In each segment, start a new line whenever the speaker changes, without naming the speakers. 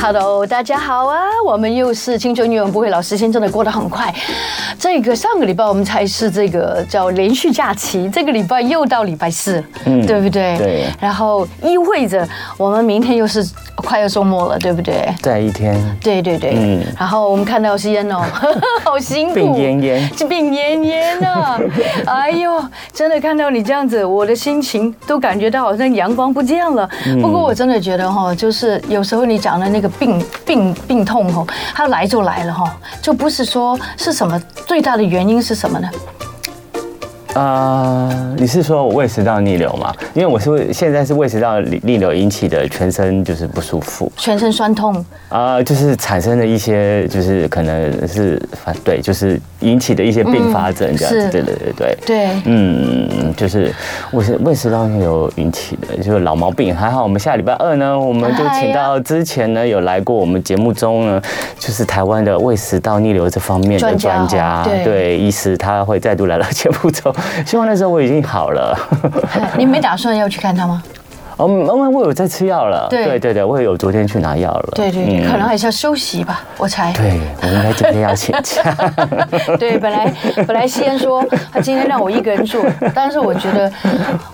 Hello，大家好啊！我们又是青春永远不会老，时间真的过得很快。这个上个礼拜我们才是这个叫连续假期，这个礼拜又到礼拜四，嗯，对不对？
对
然后意味着我们明天又是快要周末了，对不对？
在一天，
对对对，
嗯
然后我们看到是烟哦， 好辛苦，
病恹恹
这病恹恹 啊！哎呦，真的看到你这样子，我的心情都感觉到好像阳光不见了。
嗯
不过我真的觉得哈、就是有时候你讲的那个病病病痛哈、它来就来了哈、就不是说是什么最大的原因是什么呢？
呃，你是说我胃食道逆流吗？因为我是胃现在是胃食道逆逆流引起的全身就是不舒服，
全身酸痛，
啊，就是产生了一些就是可能是反对，就是引起的一些并发症这样
是
子，对对对对。
对，
嗯，就是胃食胃食道逆流引起的，就是老毛病。还好我们下礼拜二呢，我们就请到之前呢有来过我们节目中呢，就是台湾的胃食道逆流这方面的
专家
专家，
对
对医师，他会再度来到节目中。希望那时候我已经好了，
你没打算要去看他吗？
嗯，因为我有在吃药了，
对
对对对，我有昨天去拿药了，
对对对，
嗯
可能还是要休息吧，我猜。
对我应该今天要请 假，
对，本来本来西安说他今天让我一个人住，但是我觉得，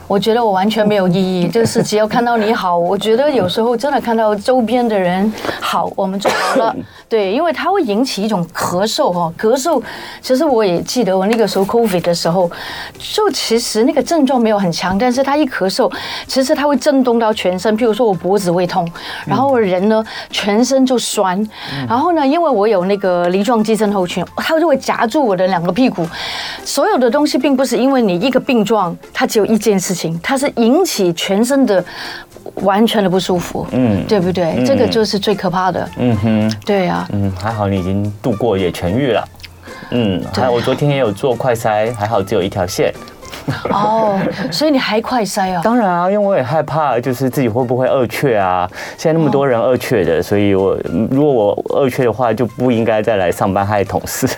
我觉得我完全没有意义。就是只要看到你好，我觉得有时候真的看到周边的人好，我们就好了。对，因为它会引起一种咳嗽哦，咳嗽。其实我也记得我那个时候 COVID 的时候，就其实那个症状没有很强，但是他一咳嗽，其实它会震动到全身。譬如说我脖子会痛，然后我人呢全身就酸，然后呢，因为我有那个梨状肌症候群，它就会夹住我的两个屁股。所有的东西并不是因为你一个病状，它只有一件事情，它是引起全身的。完全的不舒服，嗯，对不对？这个就是最可怕的，
嗯哼。
对啊，
嗯，还好你已经度过也痊愈了。嗯，还有我昨天也有做快筛，还好只有一条线。
哦，所以你还快塞哦，
当然啊，因为我也害怕，就是自己会不会二确啊。现在那么多人二确的，所以我嗯如果我二确的话，就不应该再来上班害同 事。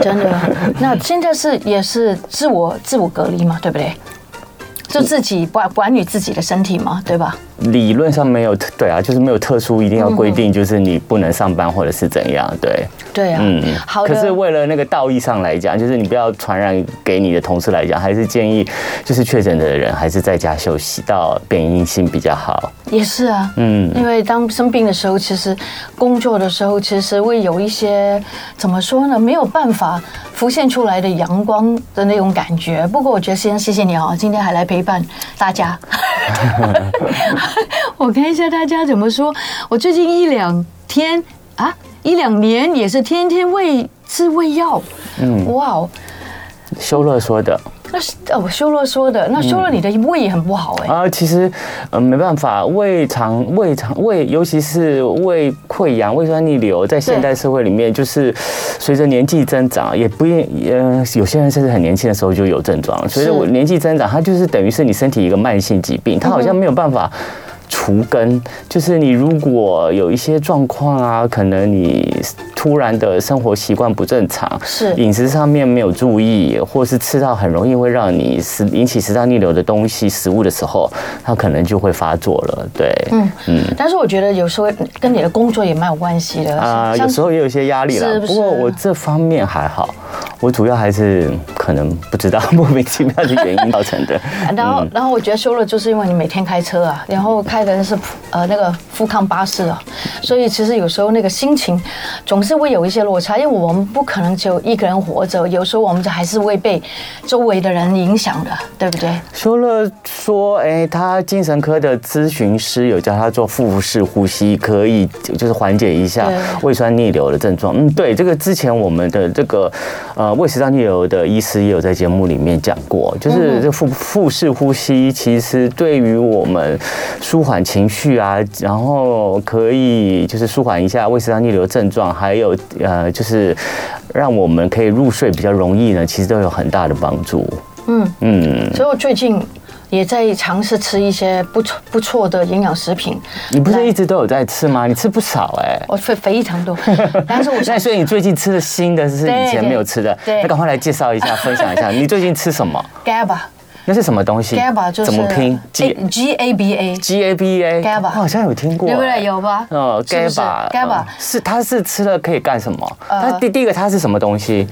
真的。那现在是也是自我自我隔离嘛，对不对？就自己管管理自己的身体嘛，对吧？
理论上没有特，对啊，就是没有特殊一定要规
嗯
定，就是你不能上班或者是怎样，对。
对啊，
嗯，
好
可
的。
是为了那个道义上来讲，就是你不要传染给你的同事来讲，还是建议就是确诊的人还是在家休息到变阴性比较好。
也是啊，嗯，因为当生病的时候，其实工作的时候，其实会有一些怎么说呢，没有办法浮现出来的阳光的那种感觉。不过我觉得先谢谢你哦，今天还来陪伴大 家。我看一下大家怎么说，我最近一两天啊，一两年也是天天喂吃喂药，嗯，哇哦。
修乐说的
那是哦，修洛说的，那修洛你的胃也很不好哎、
嗯啊、其实呃没办法，胃肠、胃肠、胃，尤其是胃溃疡、胃酸逆流，在现代社会里面，就是随着年纪增长，也不一呃，有些人甚至很年轻的时候就有症状了。随着我年纪增长，它就是等于是你身体一个慢性疾病，它好像没有办法。除根，就是你如果有一些状况啊，可能你突然的生活习惯不正常，
是
饮食上面没有注意，或是吃到很容易会让你食引起食道逆流的东西食物的时候，它可能就会发作了。对，嗯
但是我觉得有时候跟你的工作也蛮有关系的
啊、有时候也有些压力啦。
是不是
不过我这方面还好，我主要还是可能不知道 莫名其妙的原因造成的。
然
嗯
后，然后我觉得修了，就是因为你每天开车啊，然后开的是呃那个富康巴士啊，所以其实有时候那个心情总是会有一些落差，因为我们不可能只有一个人活着，有时候我们还是会被周围的人影响的，对不对？
修乐说：“哎、他精神科的咨询师有叫他做腹式呼吸，可以就是缓解一下
对
胃酸逆流的症状。”嗯，对，这个之前我们的这个呃胃食道逆流的医师也有在节目里面讲过，
嗯
就是这腹腹式呼吸其实对于我们舒缓情绪啊，然后可以就是舒缓一下胃食道逆流症状，还有呃就是让我们可以入睡比较容易呢，其实都有很大的帮助。
嗯
嗯。
所以我最近也在尝试吃一些不错不错的营养食品。
你不
来
是一直都有在吃吗？你吃不少哎、
我非非常 多，但是我啊
那所以你最近吃的新的是
对
以前没有吃的，
对对
那赶快来介绍一下，分享一 下，你最近吃什么？
GABA，GABA
那是什么东西
就是
怎么拼？G
G A B A，
G A B A，
GABA
我好像有听过、
对不
哎
对？有吧？
呃
是不是
，GABA
GABA
嗯是它是吃了可以干什么？
呃
它第第一个它是什么东西？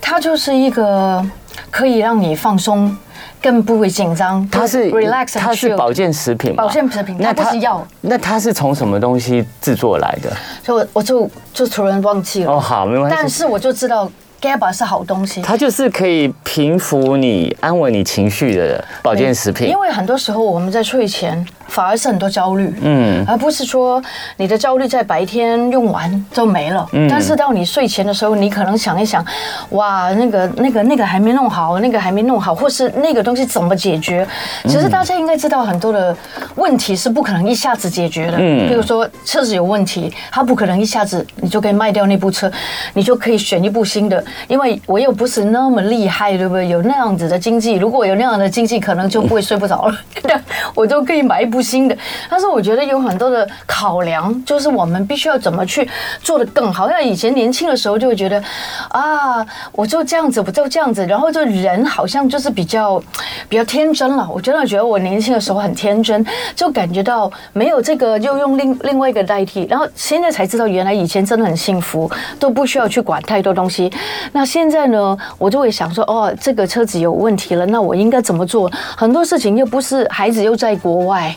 它就是一个可以让你放松，更不会紧张。
它是
relax，and
它是
chill
保健食品吗，
保健食品它不是药。
那它是从什么东西制作来的？
所以我我就就突然忘记了，
哦，好，没关系。
但是我就知道 GABA 是好东西。
它就是可以平复你、安稳你情绪的保健食品
因。为很多时候我们在睡前反而是很多焦虑，
嗯，
而不是说你的焦虑在白天用完就没了，
嗯
但是到你睡前的时候，你可能想一想，哇，那个那个那个还没弄好，那个还没弄好，或是那个东西怎么解决？
嗯
其实大家应该知道，很多的问题是不可能一下子解决的。嗯，比如说车子有问题，它不可能一下子你就可以卖掉那部车，你就可以选一部新的，因为我又不是那么厉害，对不对？有那样子的经济，如果有那样的经济，可能就不会睡不着了。 但我就可以买一部新的。但是我觉得有很多的考量，就是我们必须要怎么去做得更好。像以前年轻的时候就会觉得，啊，我就这样子，我就这样子，然后就人好像就是比较比较天真了。我真的觉得我年轻的时候很天真，就感觉到没有这个又用另另外一个代替。然后现在才知道，原来以前真的很幸福，都不需要去管太多东西。那现在呢，我就会想说，哦，这个车子有问题了，那我应该怎么做？很多事情又不是孩子又在国外。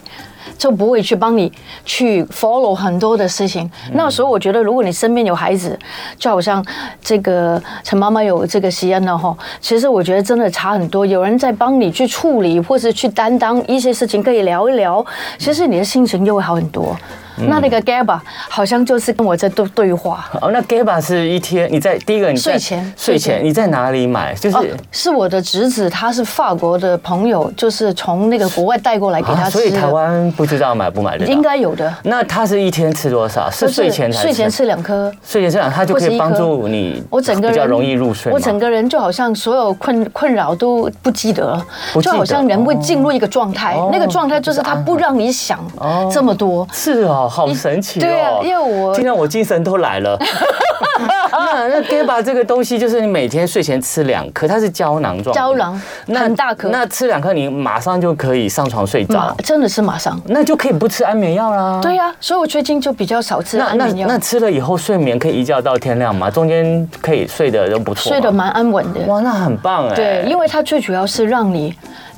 就不会去帮你去 follow 很多的事情。那时候我觉得，如果你身边有孩子，就好像这个陈妈妈有这个西安的哈，其实我觉得真的差很多。有人在帮你去处理，或是去担当一些事情，可以聊一聊，其实你的心情又会好很多。那那个 GABA 好像就是跟我在对对话。
哦，那 GABA 是一天，你在第一个你在
睡前
睡
睡
前
前
你在哪里买？就是、
哦，是我的侄子，他是法国的朋友，就是从那个国外带过来给
啊
他
所
吃
以台
的，
湾不知道买不买得到。
应该有的。
那它是一天吃多少？是
就是
睡前才
睡前吃两颗，
睡前这样，它就可
或是
以
一
帮
颗
助你，
我整个人
比较容易入睡吗。
我整个人就好像所有困困扰都不记得了，
不记
就
得
好像人会进入一个状态，
哦
那个状态就是他不让你想
哦
这么多。
是哦，好神奇哦！
对啊因为我
听到我精神都来 了。那那 GABA 这个东西，就是你每天睡前吃两颗，它是胶囊状的，
胶囊很大颗
那吃两颗，你马上就可以上床睡
马
着，
嗯真的是马上，
那就可以不吃安眠药啦。
对。呀、所以我最近就比较少吃
那
安
那
眠药
那，吃了以后，睡眠可以一觉到天亮吗？中间可以睡得都不错吗，
睡得蛮安稳的。
哇，那很棒哎。
对，因为它最主要是让你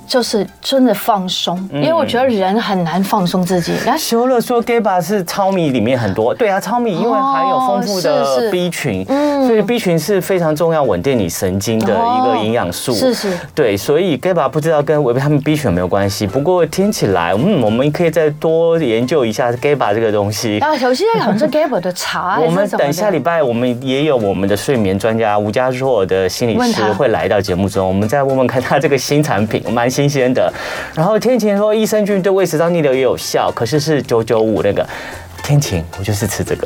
就是真的放松，
嗯
因为我觉得人很难放松自己。然后
修乐说 GABA 是糙米里面很多，对啊，糙米因为含有丰富
哦是
的
是
B 群，所以 B 群是非常重要稳定你神经的一个营养素。
是 是，
对，所以 GABA 不知道跟维他命 B 群有没有关系，不过听起来，嗯，我们可以再多研究一下 GABA 这个东西。
然后啊有些好像是 Gable 的 茶，啊
我
哎
们
还是什么的
等下礼拜，我们也有我们的睡眠专家吴家硕的心理
问
师
他
会来到节目中，我们再问问看他这个新产品，蛮新鲜的。然后天晴说，益生菌对胃食道逆流也有效，可是是九九五那个。天晴，我就是 吃这个，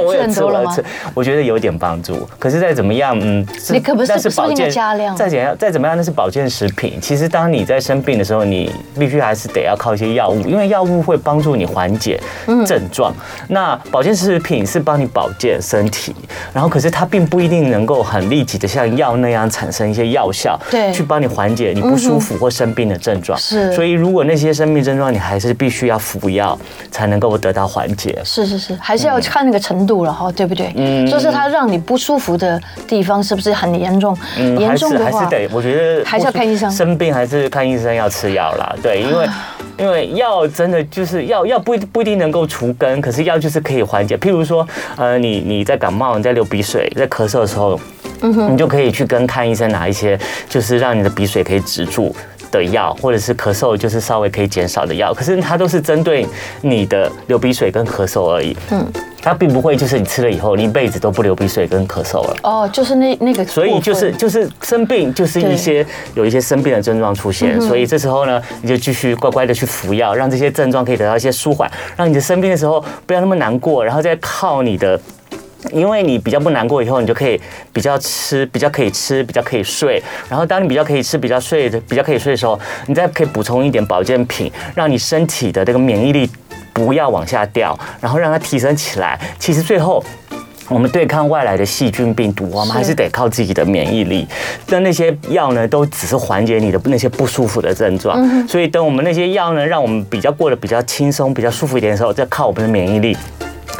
我也
很
吃，
多
我
了
也
吗
吃，我觉得有点帮助。可是再怎么样，嗯，
你可不是
那
是不是应该加量
再怎样，再怎么样，那是保健食品。其实当你在生病的时候，你必须还是得要靠一些药物，因为药物会帮助你缓解
嗯
症状。那保健食品是帮你保健身体，然后可是它并不一定能够很立即的像药那样产生一些药效，
对嗯
去帮你缓解你不舒服或生病的症状。
是
所以如果那些生病症状，你还是必须要服药才能够得到缓解。
是是是，还是要看那个程度了哈，对不对？嗯，就是它让你不舒服的地方是不是很严重？严
嗯还
重
是
的
还是
话，
得，我觉得
还是要看医生啊
生病还是看医生要吃药啦，对，因为。因为药真的就是药，药不一不一定能够除根，可是药就是可以缓解。譬如说，呃，你你在感冒、你在流鼻水、在咳嗽的时候，
嗯
你就可以去跟看医生拿一些，就是让你的鼻水可以止住的药，或者是咳嗽就是稍微可以减少的药。可是它都是针对你的流鼻水跟咳嗽而已，嗯，它并不会就是你吃了以后，你一辈子都不流鼻水跟咳嗽了。
哦，就是那那个部分，
所以就是就是生病，就是一些有一些生病的症状出现，所以这时候呢，你就继续乖乖的去服药，让这些症状可以得到一些舒缓，让你的生病的时候不要那么难过，然后再靠你的。因为你比较不难过以后，你就可以比较吃，比较可以吃，比较可以睡。然后当你比较可以吃、比较睡、比较可以睡的时候，你再可以补充一点保健品，让你身体的这个免疫力不要往下掉，然后让它提升起来。其实最后。我们对抗外来的细菌病毒，我们还是得靠自己的免疫力。但那些药呢，都只是缓解你的那些不舒服的症状。所以等我们那些药呢，让我们比较过得比较轻松、比较舒服一点的时候，再靠我们的免疫力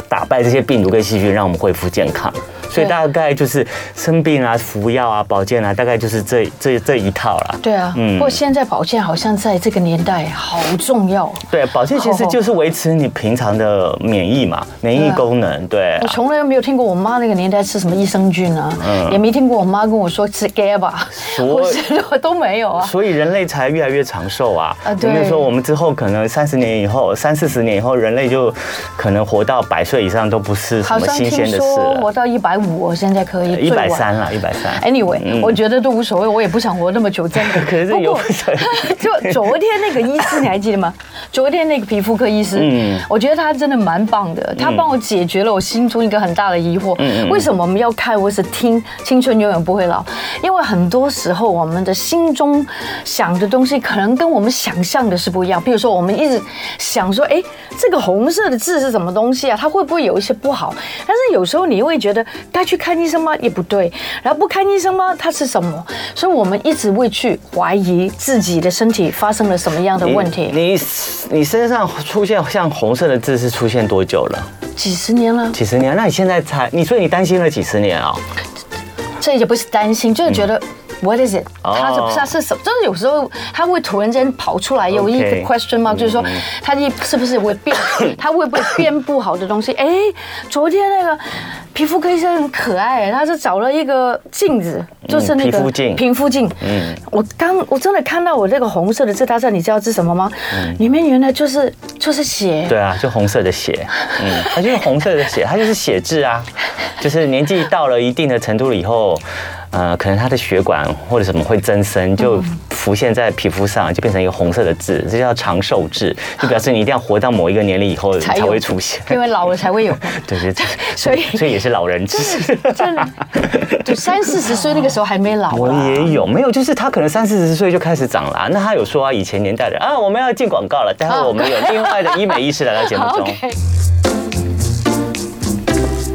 打败这些病毒跟细菌，让我们恢复健康。所以
对
大概就是生病啊、服药啊、保健啊，大概就是这这这一套啦。
对啊，
嗯
不过现在保健好像在这个年代好重要。
对，保健其实就是维持你平常的免疫嘛，免疫功能。对啊
我，从来没有听过我妈那个年代吃什么益生菌啊，
嗯
也没听过我妈跟我说吃 GABA，
以
我是都没有啊。
所以人类才越来越长寿啊！
啊
有
对
没有说我们之后可能三十年以后、三四十年以后，人类就可能活到百岁以上都不是什
好
么
像
新
听
鲜的事
说活
了？
到一百五，我现在可以
一
最
百
晚哎
三了，一百三。
Anyway，、我觉得都无所谓，我也不想活那么久，真的。
可是
不
有
过 就昨天那个医师，你还记得吗？昨天那个皮肤科医师，
嗯
我觉得他真的蛮棒的，他帮我解决了我心中一个很大的疑
嗯
惑：为什么我们要看或是听《青春永远不会老》？因为很多时候我们的心中想的东西，可能跟我们想象的是不一样。比如说，我们一直想说，哎，这个红色的字是什么东西啊？它会不会有一些不好？但是有时候你会觉得该去看医生吗？也不对，然后不看医生吗？它是什么？所以我们一直会去怀疑自己的身体发生了什么样的
你
问题。
你你身上出现像红色的痣是出现多久了？
几十年了，
几十年？那你现在才你所以你担心了几十年啊、
这也不是担心，就是觉得。What is it？
嗯哦
它是它是什么？就是有时候它会突然间跑出来，有一个
OK 嗯
question mark，就是说它一是不是会 变，它会不会变不好的东西？哎，昨天那个皮肤科医生很可爱，他是找了一个镜子，就是那个
嗯皮肤镜
皮肤镜。嗯，我刚我真的看到我那个红色的字，大家你知道是什么吗？里面原来就是就是血。
嗯对啊，就红色的血，嗯，它就是红色的血，它就是血痣啊，就是年纪到了一定的程度了以后，呃，可能它的血管或者什么会增
嗯
生，就浮现在皮肤上，就变成一个红色的痣，这叫长寿痣，就表示你一定要活到某一个年龄以后
才
才
有
会出现。
因为老了才会 有。
对对对，
所以
所以也是老 人痣。
真的，就三四十岁那个时候还没老啊
我
啦。
也有，没有，就是他可能三四十岁就开始长了啊、那他有说啊，以前年代的啊，我们要进广告了，待会我们有另外的医美医师来到节目 中。
OK。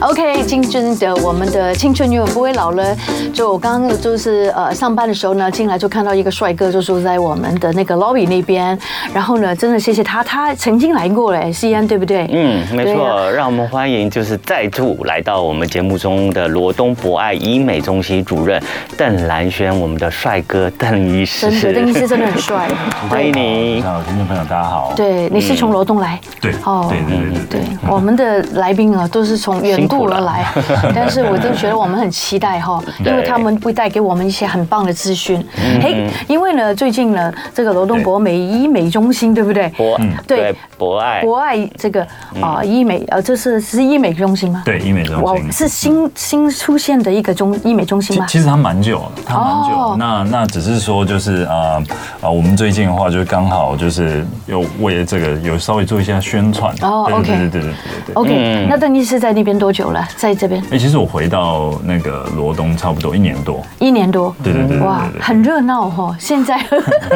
OK，青春的我们的青春永远不会老了。就我刚刚就是呃上班的时候呢，进来就看到一个帅哥，就住在我们的那个 lobby 那边。然后呢，真的谢谢他，他曾经来过嘞，西安对不对？
嗯，没
对
错，
啊
让我们欢迎就是再度来到我们节目中的罗东博爱医美中心主任邓兰轩，我们的帅哥邓医师，
真的，邓医师真的很帅。
欢迎你。
好，听众朋友大家好。
对，你是
嗯
从罗东来？
对，
哦
对对对对
对，我们的来宾啊，都是从远
辛苦
渡
了
而来， 但是我都觉得我们很期待哈，因为
对嗯
他们会带给我们一些很棒的资讯。嘿，因为呢，最近呢，这个罗东博美医美中心，对不对？
博
对
对嗯博爱
国外这个啊医美呃，这是是医美中心吗？
对，医美中
哇，
心。
是新新出现的一个中医美中心
其
吗？
其实它蛮久了，它蛮久了。
哦
那那只是说就是呃呃，我们最近的话就是刚好就是有为了这个有稍微做一下宣传。
哦
对
OK
对对对对对对对。
嗯
OK，那邓医师在那边多久了？在这边
哎，其实我回到那个罗东差不多一年多。
一年多。
对对对对
哇
对，对。
很热闹哈！现 在，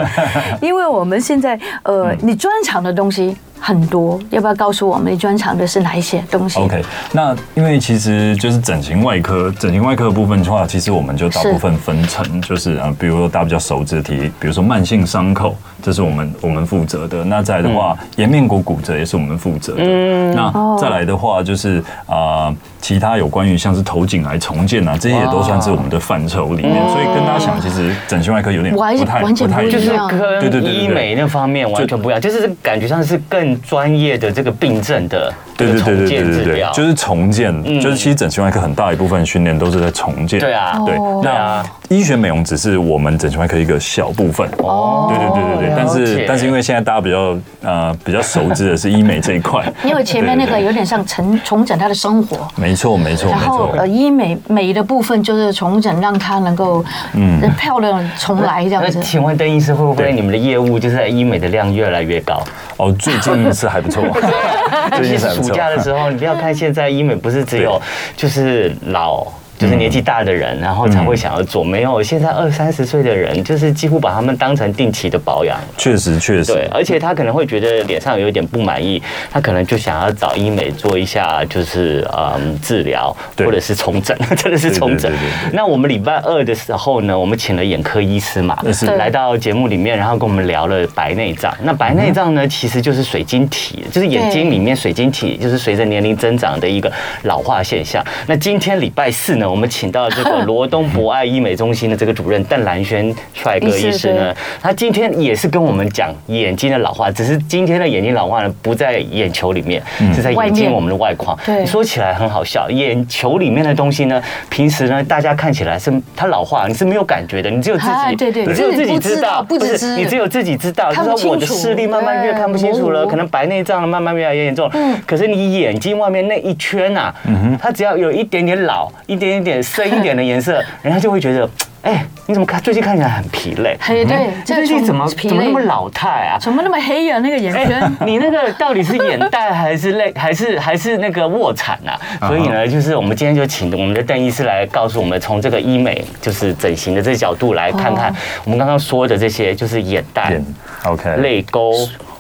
因为我们现在
嗯
呃，你专长的东西很多，要不要告诉我们你专长的是哪一些东西
OK，那因为其实就是整形外科，整形外科的部分的话，其实我们就大部分分成，就是啊，呃比如说大家比较熟知的题，比如说慢性伤口，这是我们我们负责的。那再来的话，
嗯
颜面骨骨折也是我们负责的。
嗯
哦
那再来的话就是啊、呃其他有关于像是头颈癌重建啊，这些也都算是我们的范畴里面。
嗯
所以跟大家想，其实整形外科有点不
完
太
完全
不太
不一
一
就
样。
是
对对对
跟
对对
医美那方面完全不一样，就是感觉上是更专业的这个病症的这
对
个
对对
重
对对
建
对
治
对
疗，，嗯
就是重建，就是其实整形外科很大一部分训练都是在重建。
对啊
对
哦，
那
啊
啊，医学美容只是我们整形外科一个小部分。
哦
对对对对对，但
了解
是但是因为现在大家比较呃比较熟知的是医美这一 块，
因为前面那
对
个
对对
有点像重重整他的生活，
没错没错
然
没
后
错，
呃医美美的部分就是重整，让他能够嗯漂亮重来这样
那
子。
请问邓医师，会不会
对
你们的业务就是在医美的量越来越高？
哦，最近是还 不 错，
尤
最
其
近是
是
还不
暑
错。
假的时候，你不要看现在医美不是只有
对嗯
就是老。就是年纪大的人，然后才会想要做。没有，现在二三十岁的人，就是几乎把他们当成定期的保养。
确实确实
对，，而且他可能会觉得脸上有一点不满意，他可能就想要找医美做一下，就是嗯治疗
对
或者是重整， 真的是重整
对对对。
那我们礼拜二的时候呢，我们请了眼科医师嘛
嗯那是，
对
来到节目里面，然后跟我们聊了白内障。那白内障
嗯
呢，其实就是水晶体，就是眼睛里面水晶体，就是随着年龄增长的一个老化现象。那今天礼拜四呢，我们请到这个罗东博爱医美中心的这个主任邓兰轩帅哥
医师
医师呢
对，
他今天也是跟我们讲眼睛的老化，只是今天的眼睛老化呢不在眼球里面，是在
外
眼
面
睛我们的外框。
对
说起来很好笑，眼球里面的东西呢，平时呢大家看起来是它老化，你是没有感觉的，你只有自
啊
己，
对对
你只有
自己
自己
不知
知道，
道不
是
知
你只有自己知道，就
看不
是说我的
清楚
视力慢慢越
对
看不清楚了，
模糊
可能白内障了慢慢越来越严重了。
嗯
可是你眼睛外面那一圈啊，它只要有一点点老，一点一点深一点的 颜色，人家就会觉得，哎，你怎么看最近看起来很疲累？
嘿，对，
这
个
最近
重
怎么
疲
怎么那
累
么，老态啊？
怎么那么黑呀？那个眼
哎
圈，
你那个到底是眼袋还是泪 还是还是那个卧蚕啊？所以呢，就是我们今天就请我们的邓医师来告诉我们，从这个医美就是整形的这角度来看看
哦
我们刚刚说的这些，就是眼袋、
点 OK，
泪沟，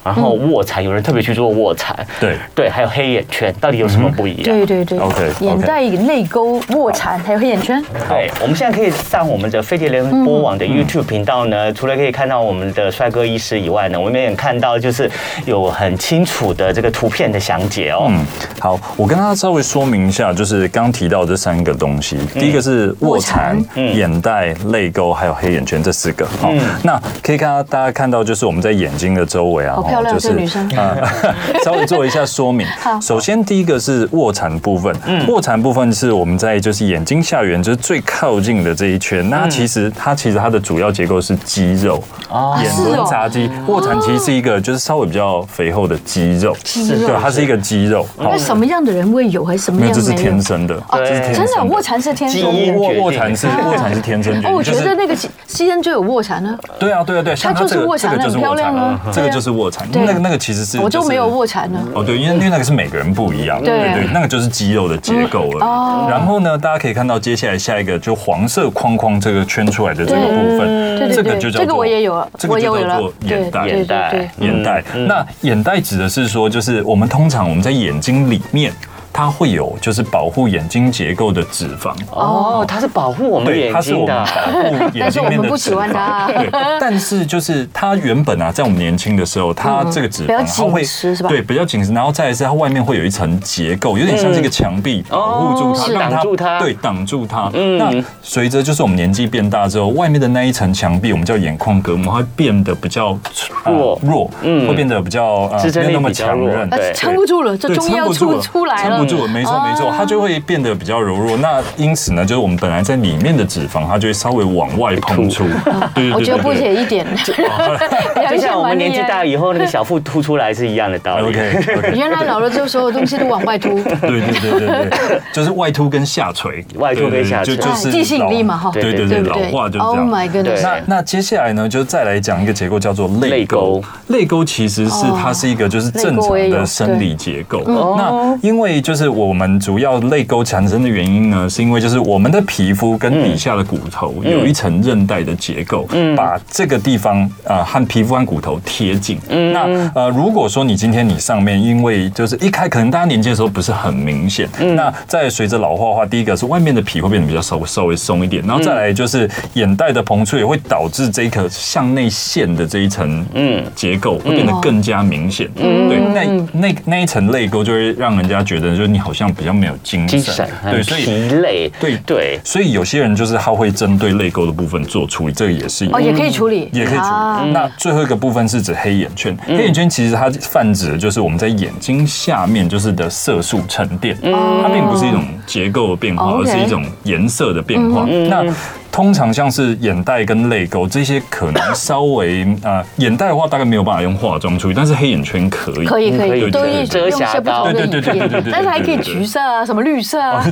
然后
嗯
卧蚕，有人特别去做卧蚕，
对
对，还有黑眼圈，到底有什么不一样？
嗯对对对
OK，OK
眼袋、泪沟、卧蚕还有黑眼圈，
对，我们现在可以上我们的飞碟联播
嗯
网的 YouTube 频道呢，除了可以看到我们的帅哥医师以外呢，我们也看到就是有很清楚的这个图片的详解哦。
嗯，好，我跟大家稍微说明一下，就是刚提到这三个东西，第一个是卧蚕
卧、
嗯
眼袋、泪沟还有黑眼圈这四个。好，那可以看到大家看到就是我们在眼睛的周围啊，
好漂亮
哦就是
这个女生
啊 稍微做一下说 明。首先第一个是卧蚕部分，卧蚕部分是我们在就是眼睛下缘，就是最靠近的这一圈。那它其实它其实它的主要结构是肌肉，
哦
眼
是
轮
哦
匝肌。卧蚕其实是一个就是稍微比较肥厚的肌肉，
肌肉哦
对，它是一个肌肉。好
那什么样的人会有，还是什么
没
样
有，
没
这
有？
是天生的，
哦，
这是天
真
生
的卧蚕是天生
基因
的。
卧
决定
卧蚕是卧蚕是天生决
哦，我
定，
觉
就是
得那个西西恩就有卧蚕呢，
对啊对啊对啊，像
它就是
这个
卧
这
蚕
个就是
很漂
卧
亮啊
蚕，这
对
个
啊
就是卧蚕，
对
那个那个其实是
我就没有
是
卧蚕呢。
哦，对，因为因为那个是每个人不一样，
对
对，那个就是肌肉的结构而已。
哦
然后呢，大家可以看到接下来下一个就黄色框框这个圈出来的这个部
对
分，
对
这个
对
就叫做
这个我也有啊
这个
我有
就
了
叫做眼袋，
对哎
眼
对对
袋，
眼袋。那眼袋指的是说，就是我们通常我们在眼睛里面，它会有就是保护眼睛结构的脂肪。
哦，它是保护我们
对，
眼
它是
睛
我们
的。
保护眼睛里面
但是我们
的脂肪
不喜欢它
对，但是就是它原本啊，在我们年轻的时候，它这个脂
嗯比较
肪它会
紧实是吧
对，比较紧实，然后再来是它外面会有一层结构，有点像这个墙壁保护住
嗯哦
它，
是
让
挡住嗯它
对，挡住它。那随着就是我们年纪变大之后，外面的那一层墙壁，我们叫眼眶隔膜，它会变得比较呃
弱嗯
弱，会变得比较呃
支撑力
没有那么
比较
强
弱
韧，
对
呃，撑不住了，这
对，
终
撑
于要
不住
出
了，
出来了。哦
撑不住了，没错没错，它就会变得比较柔弱。那因此呢，就是我们本来在里面的脂肪，它就会稍微往外碰触。对对对对对，哦
我觉得不解一点，
就
就
像我们年纪大以后，那个小腹凸出来是一样的道理。
OK OK，
原来老了就所有东西都往外凸，
对对对对对，就是外凸跟下垂，
外凸跟下垂
对对对就就
哎
是
地心引力嘛哈
对对对，
对不
老
对
化就是这
？Oh
样。
my
对
goodness！
那那接下来呢，就再来讲一个结构叫做泪沟。泪沟其实是
哦
它是一个就是
泪
正
沟
常
我也有
的生理结构。那因为就是我们主要泪沟产生的原因呢，是因为就是我们的皮肤跟底下的骨头有一层韧带的结构，把这个地方呃和皮肤和骨头贴近。那呃，如果说你今天你上面因为就是一开可能大家年轻的时候不是很明显，那在随着老化的话，第一个是外面的皮会变得比较稍稍微松一点，然后再来就是眼袋的膨出也会导致这一颗向内陷的这一层嗯结构会变得更加明显。对，
嗯
那那那一层泪沟就会让人家觉得就是你好像比较没有精
精
神，
神很
对，所以
疲累，
对
对，
所以有些人就是他会针对泪沟的部分做处理，这个也是有
哦，也可以处理，
嗯也可以处理。
啊
那最后一个部分是指黑眼圈，
嗯
黑眼圈其实它泛指的就是我们在眼睛下面就是的色素
嗯
沉淀，它并不是一种结构的变化，
哦
而
，OK
嗯
是一种颜色的变化。那通常像是眼袋跟泪沟这些，可能稍微啊、眼袋的话大概没有办法用化妆处理，但是黑眼圈嗯可以。
可以可
可
以，
以
都
可以
用
遮
用一
瑕
些不
膏
同的
对对对对
影
对对
片
哦对，
但是还可以橘色啊，什么绿色啊，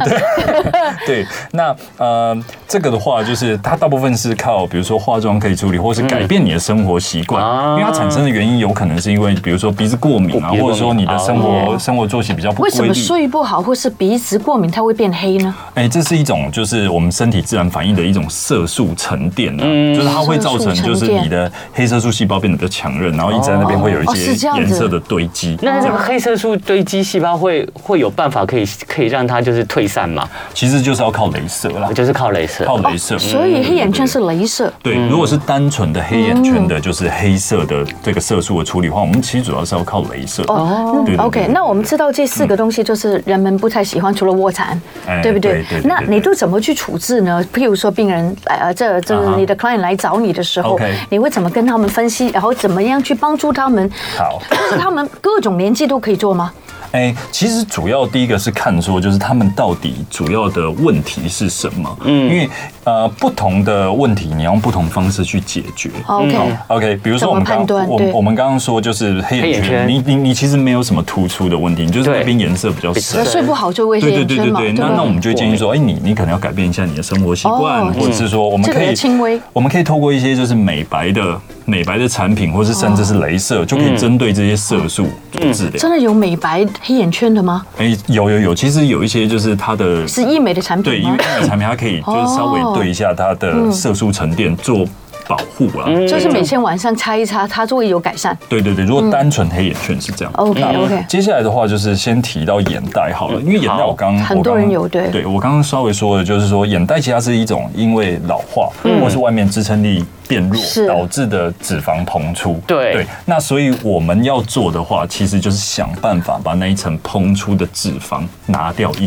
对，那呃，这个的话就是它大部分是靠，比如说化妆可以处理，或是改变你的生活习惯，
啊
因为它产生的原因有可能是因为，比如说鼻子过敏啊，
鼻子过敏
或者说你的生活、
哦
生活作息比较不
为
规
什么
律。
睡不好或是鼻子过敏它会变黑呢？
哎、这是一种就是我们身体自然反应的一种色素沉淀啊，就是它会造成就是你的黑色素细胞变得比较强韧，然后一直在那边会有一
哦
些
是这样子
颜色的堆积。
哦
那这个黑色素堆积细胞会会有办法可以可以让它就是退散嘛？
其实就是要靠镭射啦，
就是靠镭射。
靠镭射。
哦所以黑眼圈是镭射，
对，如果是单纯的黑眼圈的，就是黑色的这个色素的处理的话，我们其实主要是要靠镭射。
哦
对对对
OK，那我们知道这四个东西就是人们不太喜欢，除了卧蚕
哎，
对不
对
对
对对？对
那你都怎么去处置呢？譬如说病人，呃，这这
啊哈
你的 client 来找你的时候
OK，
你会怎么跟他们分析，然后怎么样去帮助他 们？
好
就是他们各种年纪都可以做吗？
哎、其实主要第一个是看说，就是他们到底主要的问题是什么？嗯，因为呃，不同的问题你要用不同方式去解决。
OK
好 OK，比如说我们刚
怎么判断
我
对
我们刚刚说就是黑眼圈，
黑眼圈
你你你其实没有什么突出的问题，你就是
对
那边颜色比较深
那。呃睡不好就会黑
对对
眼
对
圈
对
嘛，
对，
对
那那我
吧？
们就会建议说，哎，你你可能要改变一下你的生活习惯，
哦
或者是说，我们
这个
可以
要轻微
我们可以透过一些就是美白的美白的产品，或是甚至
哦
是镭射，就可以针对这些色素做治疗
真。的有美白黑眼圈的吗？
哎，有有有，其实有一些就是它的
是医美的产
对，
品
因
吗
为？这个产品它可以就是稍微对一下它的色素沉淀做保护啊啦。
哦嗯就是每天晚上擦一擦，它就会有改善。
对对对，如果单纯黑眼圈是这样。
嗯 OK OK，
接下来的话就是先提到眼袋好了，因为眼袋我刚我刚
嗯很多人有对
对我刚刚稍微说的就是说眼袋其实它是一种因为老化或是外面支撑力变弱
嗯是
导致的脂肪膨出。
对
对，那所以我们要做的话，其实就是想办法把那一层膨出的脂肪拿掉一些。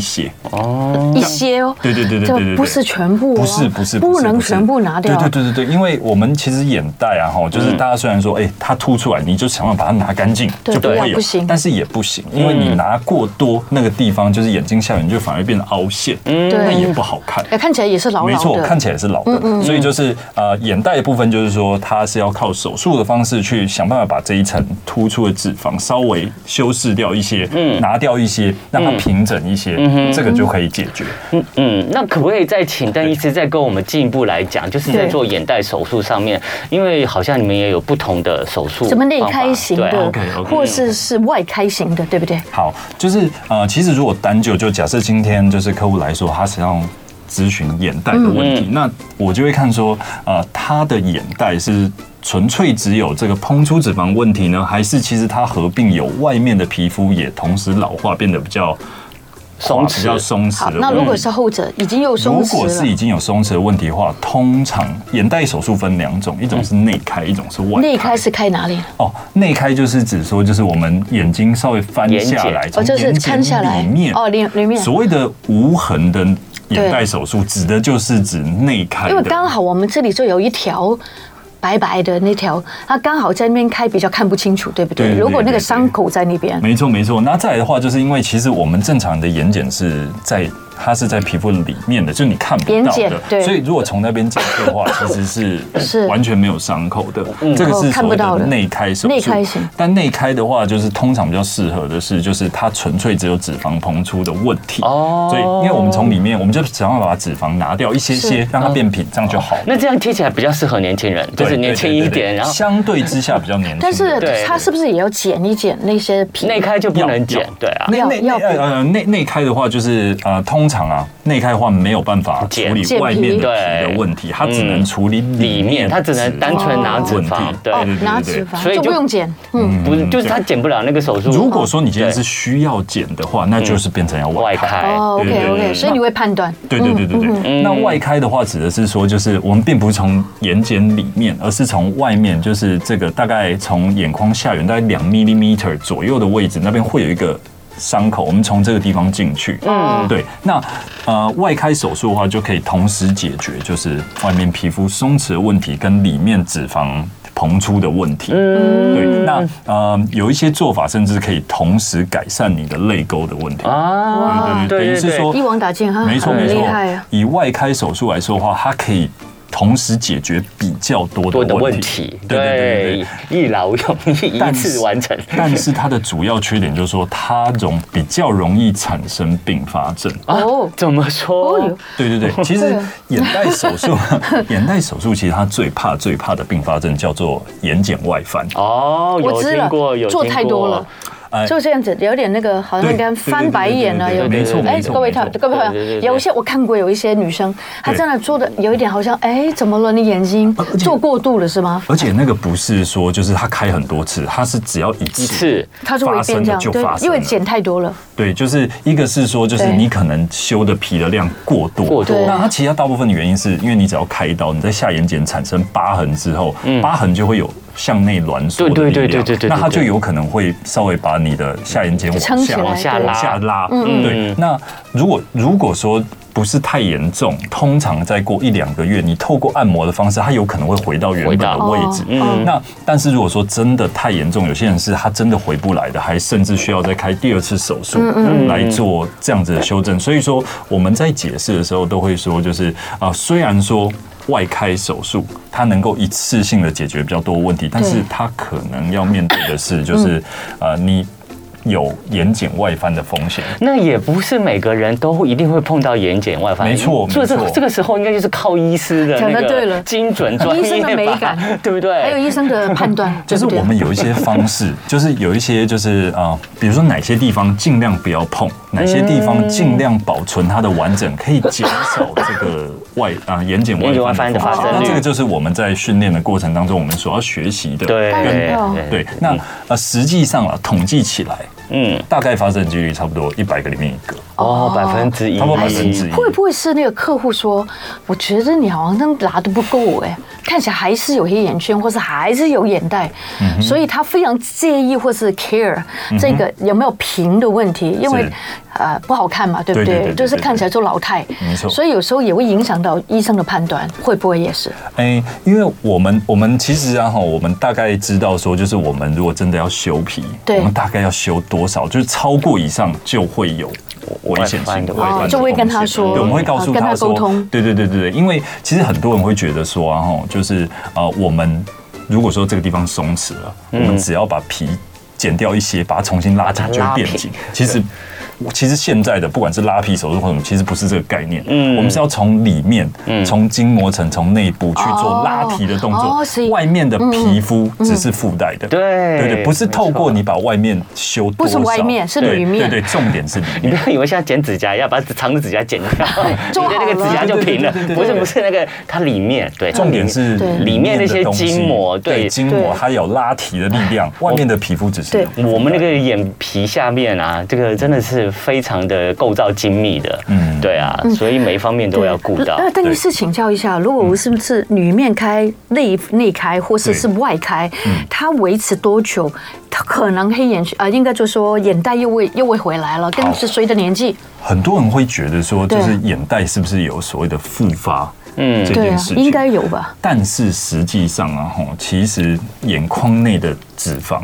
一些哦，
嗯对对对对对对对
这不是全部哦，
不是不是
不
是
能
是
全部拿掉。
对对对对对，因为我们其实眼袋啊哈，就是大家虽然说哎它凸出来，你就想办法把它拿干净，
对
就不
不要
会有
不行，
但是也不行，因为你拿过多那个地方就是眼睛下缘就反而变得凹陷，那也不好看。
哎，看起来也是牢
没
牢
错，
的，
看起来是老的，所以就是呃，眼袋的部分就是说，它是要靠手术的方式去想办法把这一层突出的脂肪稍微修饰掉一些，拿掉一些，让它平整一些，这个就可以解决。
嗯，那可不可以再请邓医师再跟我们进一步来讲，就是在做眼袋手术上面，因为好像你们也有不同的手术方法，
什么内开型
对啊
的
OK，OK，
或是是外开型的，对不对？
好，就是呃，其实如果单就就假设今天就是客户来说，他想要咨询眼袋的问
嗯
题，那我就会看说，呃，他的眼袋是。纯粹只有这个膨出脂肪问题呢，还是其实它合并有外面的皮肤也同时老化，变得比较啊
松
比较
弛，
松弛
好，
的问题？嗯
那如果是后者已经有松
如
弛
果是
了，
已经有松弛的问题的话，通常眼袋手术分两种，一种是内开，一种是外
内开是开哪里？
哦，内开就是指说，就是我们眼睛稍微翻下来，
哦，
眼
从
就是
眼睑
看下来
里面，
哦，里里面。
所谓的无痕的眼袋手术，指的就是指内开的，
因为刚好我们这里就有一条白白的那条，它刚好在那边开，比较看不清楚，对不对？
对对
如果那
对
个
对
伤口在那边，
没错没错。那再来的话，就是因为其实我们正常的眼睑是在它是在皮肤里面的，就是你看不
眼
到
睑
的，
对
所以如果从那边进去的话，其实
是
是完全没有伤口的。这个
哦看
是所
不
谓
到
的
的
内开手术。
内开型
但内开的话，就是通常比较适合的是，就是它纯粹只有脂肪膨出的问题。
哦
所以因为我们从里面，我们就想办法把脂肪拿掉一些些
是，
让它变平，这样就好了。
那这样听起来比较适合年轻人，就
对
是年轻一
对对对
点，然后
相对之下比较年轻。
但是
对对
它是不是也要剪一剪那些皮？哦
内开就不能
要
减
要，
对啊，
内
要
内
要
内呃呃内内开的话，就是呃通常啊内开的话没有办法处
剪
理
剪
外面
皮
的皮
对
的问题，它只
嗯
能处理
里
里
面
面，
它只能单纯拿脂
问题
肪，对，
哦
对对，对
拿
对
脂肪
所以
就
就
不用剪，嗯，
不是就是他减不了那个手术。
如果说你今天
对
是需要剪的话，那就是变成要
嗯外
外开。
开，
哦
哎对对
，OK
对
OK，
对哦
所以你会判断，
对对对对对，那外开的话指的是说，就是我们并不是从眼睑里面，而是从外面，就是这个大概从眼眶下缘大概两 millimeter 左右的位置，那边会有一个伤口，我们从这个地方进去。
嗯，
对，那呃外开手术的话，就可以同时解决就是外面皮肤松弛的问题跟里面脂肪。同出的问题。对，那呃有一些做法甚至可以同时改善你的泪沟的问题。
啊，
对对对，等于是说
一网打尽哈，
没错
很
没
厉
错
害啊，。
以外开手术来说的话，它可以同时解决比较多
多的
的
问题
问题。，对对对对对。
对，一劳永逸，一
但
次
是
完成。
但是它的主要缺点就是说，它容比较容易产生并发症。
哦
啊怎么
哦啊
说
哟？，
对对对，其实眼袋手术， 眼袋手术其实它最怕最怕的并发症叫做眼睑外翻。
哦，有
我知
听
了
过，有
做
听
太
过
多了
哎
就这样子，有点那个好像
对
刚翻白眼了，
对
有
对对对
点
没错
哎，
没错
各位
没错
同各位朋
对对
友，
对对
有一些我看过有一些女生，她
对
真的做的有一点好像哎，怎么了？你眼睛
而且
做过度了是吗？
而且那个不是说就是它开很多次，它是只要一次，
一次
她就会
发
变
生
这
了
样，
就
对
发，生
因为
了
剪太多了，
对，就是一个是说，就是
对
你可能修的皮的量过多，
过多
对
那它其他大部分的原因是因为你只要开刀，你在下眼睑产生疤痕之后，疤痕就会有向内挛缩的
嗯对对
力量
对对对对对
那它就有可能会稍微把你的下眼睑
就撑
往
起
下
来，
往下
对
拉
往下拉。
嗯
对，那如果如果说不是太严重，通常再过一两个月，你透过按摩的方式，它有可能会回到原
回
本
到
的位置。
嗯
那但是如果说真的太严重，有些人是他真的回不来的，还甚至需要再开第二次手术来做这样子的修正。所以说我们在解释的时候都会说，就是啊、虽然说。外开手术，它能够一次性的解决比较多问题，但是它可能要面对的是，就是呃，你有眼睑外翻的风险。
那也不是每个人都会一定会碰到眼睑外翻，
没错
所以这
没错
这个时候应该就是靠医师的
讲得
那
对
个
了
精准专业
医生的美感
对不
还有
对？
医生的判 断，
就
对
是
不对
我们有一些方式，就是有一些就是啊、呃比如说哪些地方尽量不要碰，哪些地
嗯
方尽量保存它的完整，可以减少这个外啊、眼睑
眼睑外
外
翻
翻
的
的
发
发
生
率
生。那这个就是我们在训练的过程当中，我们所要学习的。
对
当然要
对，那呃实际上啊，统计起来，
嗯，
大概发生几率差不多一百个里面一个，
哦，百分之一，
差不多百分之一。
哎会不会是那个客户说，我觉得你好像拿的不够哎，看起来还是有黑眼圈，或是还是有眼袋，
嗯
所以他非常介意或是 care 这个有没有平的问题，因为
是
呃不好看嘛，对不
对对对
对？
对
就是看起来就老态，
没错
所以有时候也会影响到医生的判断，会不会也是？
哎、因为我们我们其实啊哈，我们大概知道说，就是我们如果真的要修皮，
对
我们大概要修多少，就是超过以上就会有危险性的
哦
外翻的风险，
就会跟他说
对，我们会告诉
呃跟他
他
沟
说，
通
对对对对对，因为其实很多人会觉得说啊哈，就是呃，我们如果说这个地方松弛了，我们只要把皮。剪掉一些，把它重新拉紧
把它
就
拉
会变
平
紧。其实，其实现在的不管是拉皮手术或什么，其实不是这个概念。
嗯
嗯，我们是要从里面，从筋膜层，从内部去做拉提的动
哦哦所以嗯
作，外面的皮肤只是附带的，
对
对对，不是透过你把外面修多少，
不是外面是里面
对对，对重点是里
你不
面。
要以为像剪指甲一样把长的指甲剪 掉，你
做好
的那个指甲就平了
对对对对对。对
不是不是那个，它里面对，
重点是
对
里面那些
东西
筋膜对
对筋膜
对
它有拉提的力量，外面的皮肤只
对
是
我们那个眼皮下面啊，这个真的是非常的构造精密的，嗯，
嗯
对啊，所以每一方面都要顾到。
那邓医师请教一下，如果我是不是里面开、内内开，或是
对嗯
是外开，它维持多久？它可能黑眼圈啊、呃应该就说眼袋又会又会回来了，跟
好
是随着年纪，
很多人会觉得说，就
对
是眼袋是不是有所谓的复发？嗯，这
对
件
啊
事，情
应该有吧？
但是实际上啊，吼，其实眼眶内的脂肪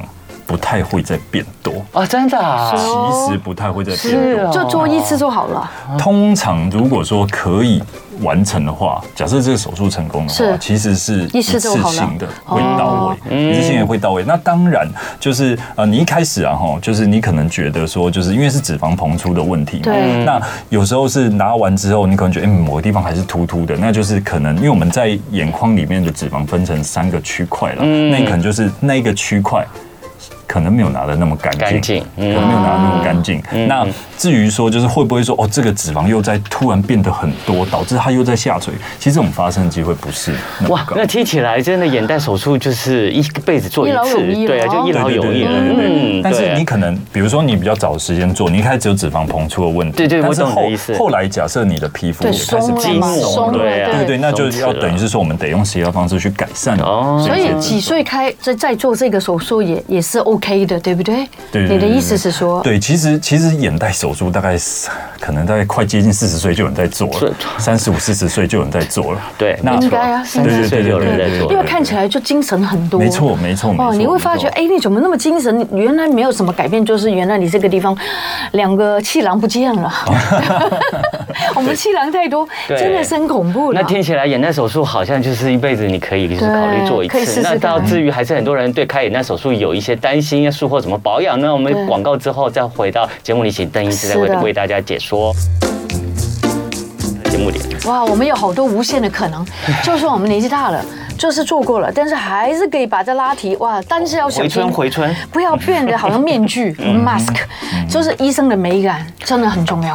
不太会再变多，
哦，真的啊，
哦
其实不太会再变
是
多。
哦
就做一次就好了，
通常如果说可以完成的话，假设这个手术成功的话
是，
其实是
一
一
次
次
就好了哦嗯
性的会到位，一次性的会到位。那当然就是呃，你一开始啊哈，就是你可能觉得说，就是因为是脂肪膨出的问题嘛
对，
那有时候是拿完之后，你可能觉得哎、某个地方还是突突的，那就是可能因为我们在眼眶里面的脂肪分成三个区块了，
嗯
那你可能就是那一个区块。可能没有拿的那么干净，
干净嗯
可能没有拿的那么干净。那至于说，就是会不会说，哦，这个脂肪又在突然变得很多，导致它又在下垂？其实这种发生的机会不是那么
哇，
高
那。听起来真的眼袋手术就是一辈子做一
一劳
次
永逸，
对啊，
了
就一
对
劳
对
永
对
逸了。
对对对，但
对
是
啊
你可能，比如说你比较早时间做，你一开始有脂肪膨出的问题，
对对
但是
我懂
后
你的意思
后来假设你的皮肤
对
也开始
松了
变
嘛松
松
了
了，
对啊
对对，那就
松弛
要
了
等于是说我们得用协调方式去改善
哦
所
这些
以
脂肪
几岁开再再做这个手术也也是 OK 的，对不对？
对对
你的
对
意
对
思是
哦
说，
对，其实其实眼袋手术大概是可能大概快接近四十岁就有人在做了， 三十五四十岁就有人在做了。
对
那
应该啊
对对
应该
对对对对对对，
因为看
啊
起来就精神很多。
没错没错没
哦，
错，
你会发觉，
没错
哎，你怎么那么精神？你原来没有什么改变，就是原来你这个地方两个气囊不见 了。我们气囊太多，
对
真的是很恐怖了。
那听起来眼袋手术好像就是一辈子你可以就是考虑做
对
一
可以试
次。
试看
那到至于还是很多人对开眼袋手术有一些担心，啊要术后怎么保养呢？我
对
们广告之后再回到节目里，请邓医师来
是
为
的
为大家解说。节目里
哇，我们有好多无限的 可能。就算我们年纪大了，就是做过了，但是还是可以把这拉提。哇，但是要小
回
心
春，回春，
不要变得好像面 具 mask，就是
嗯
医生的美感真的很重要。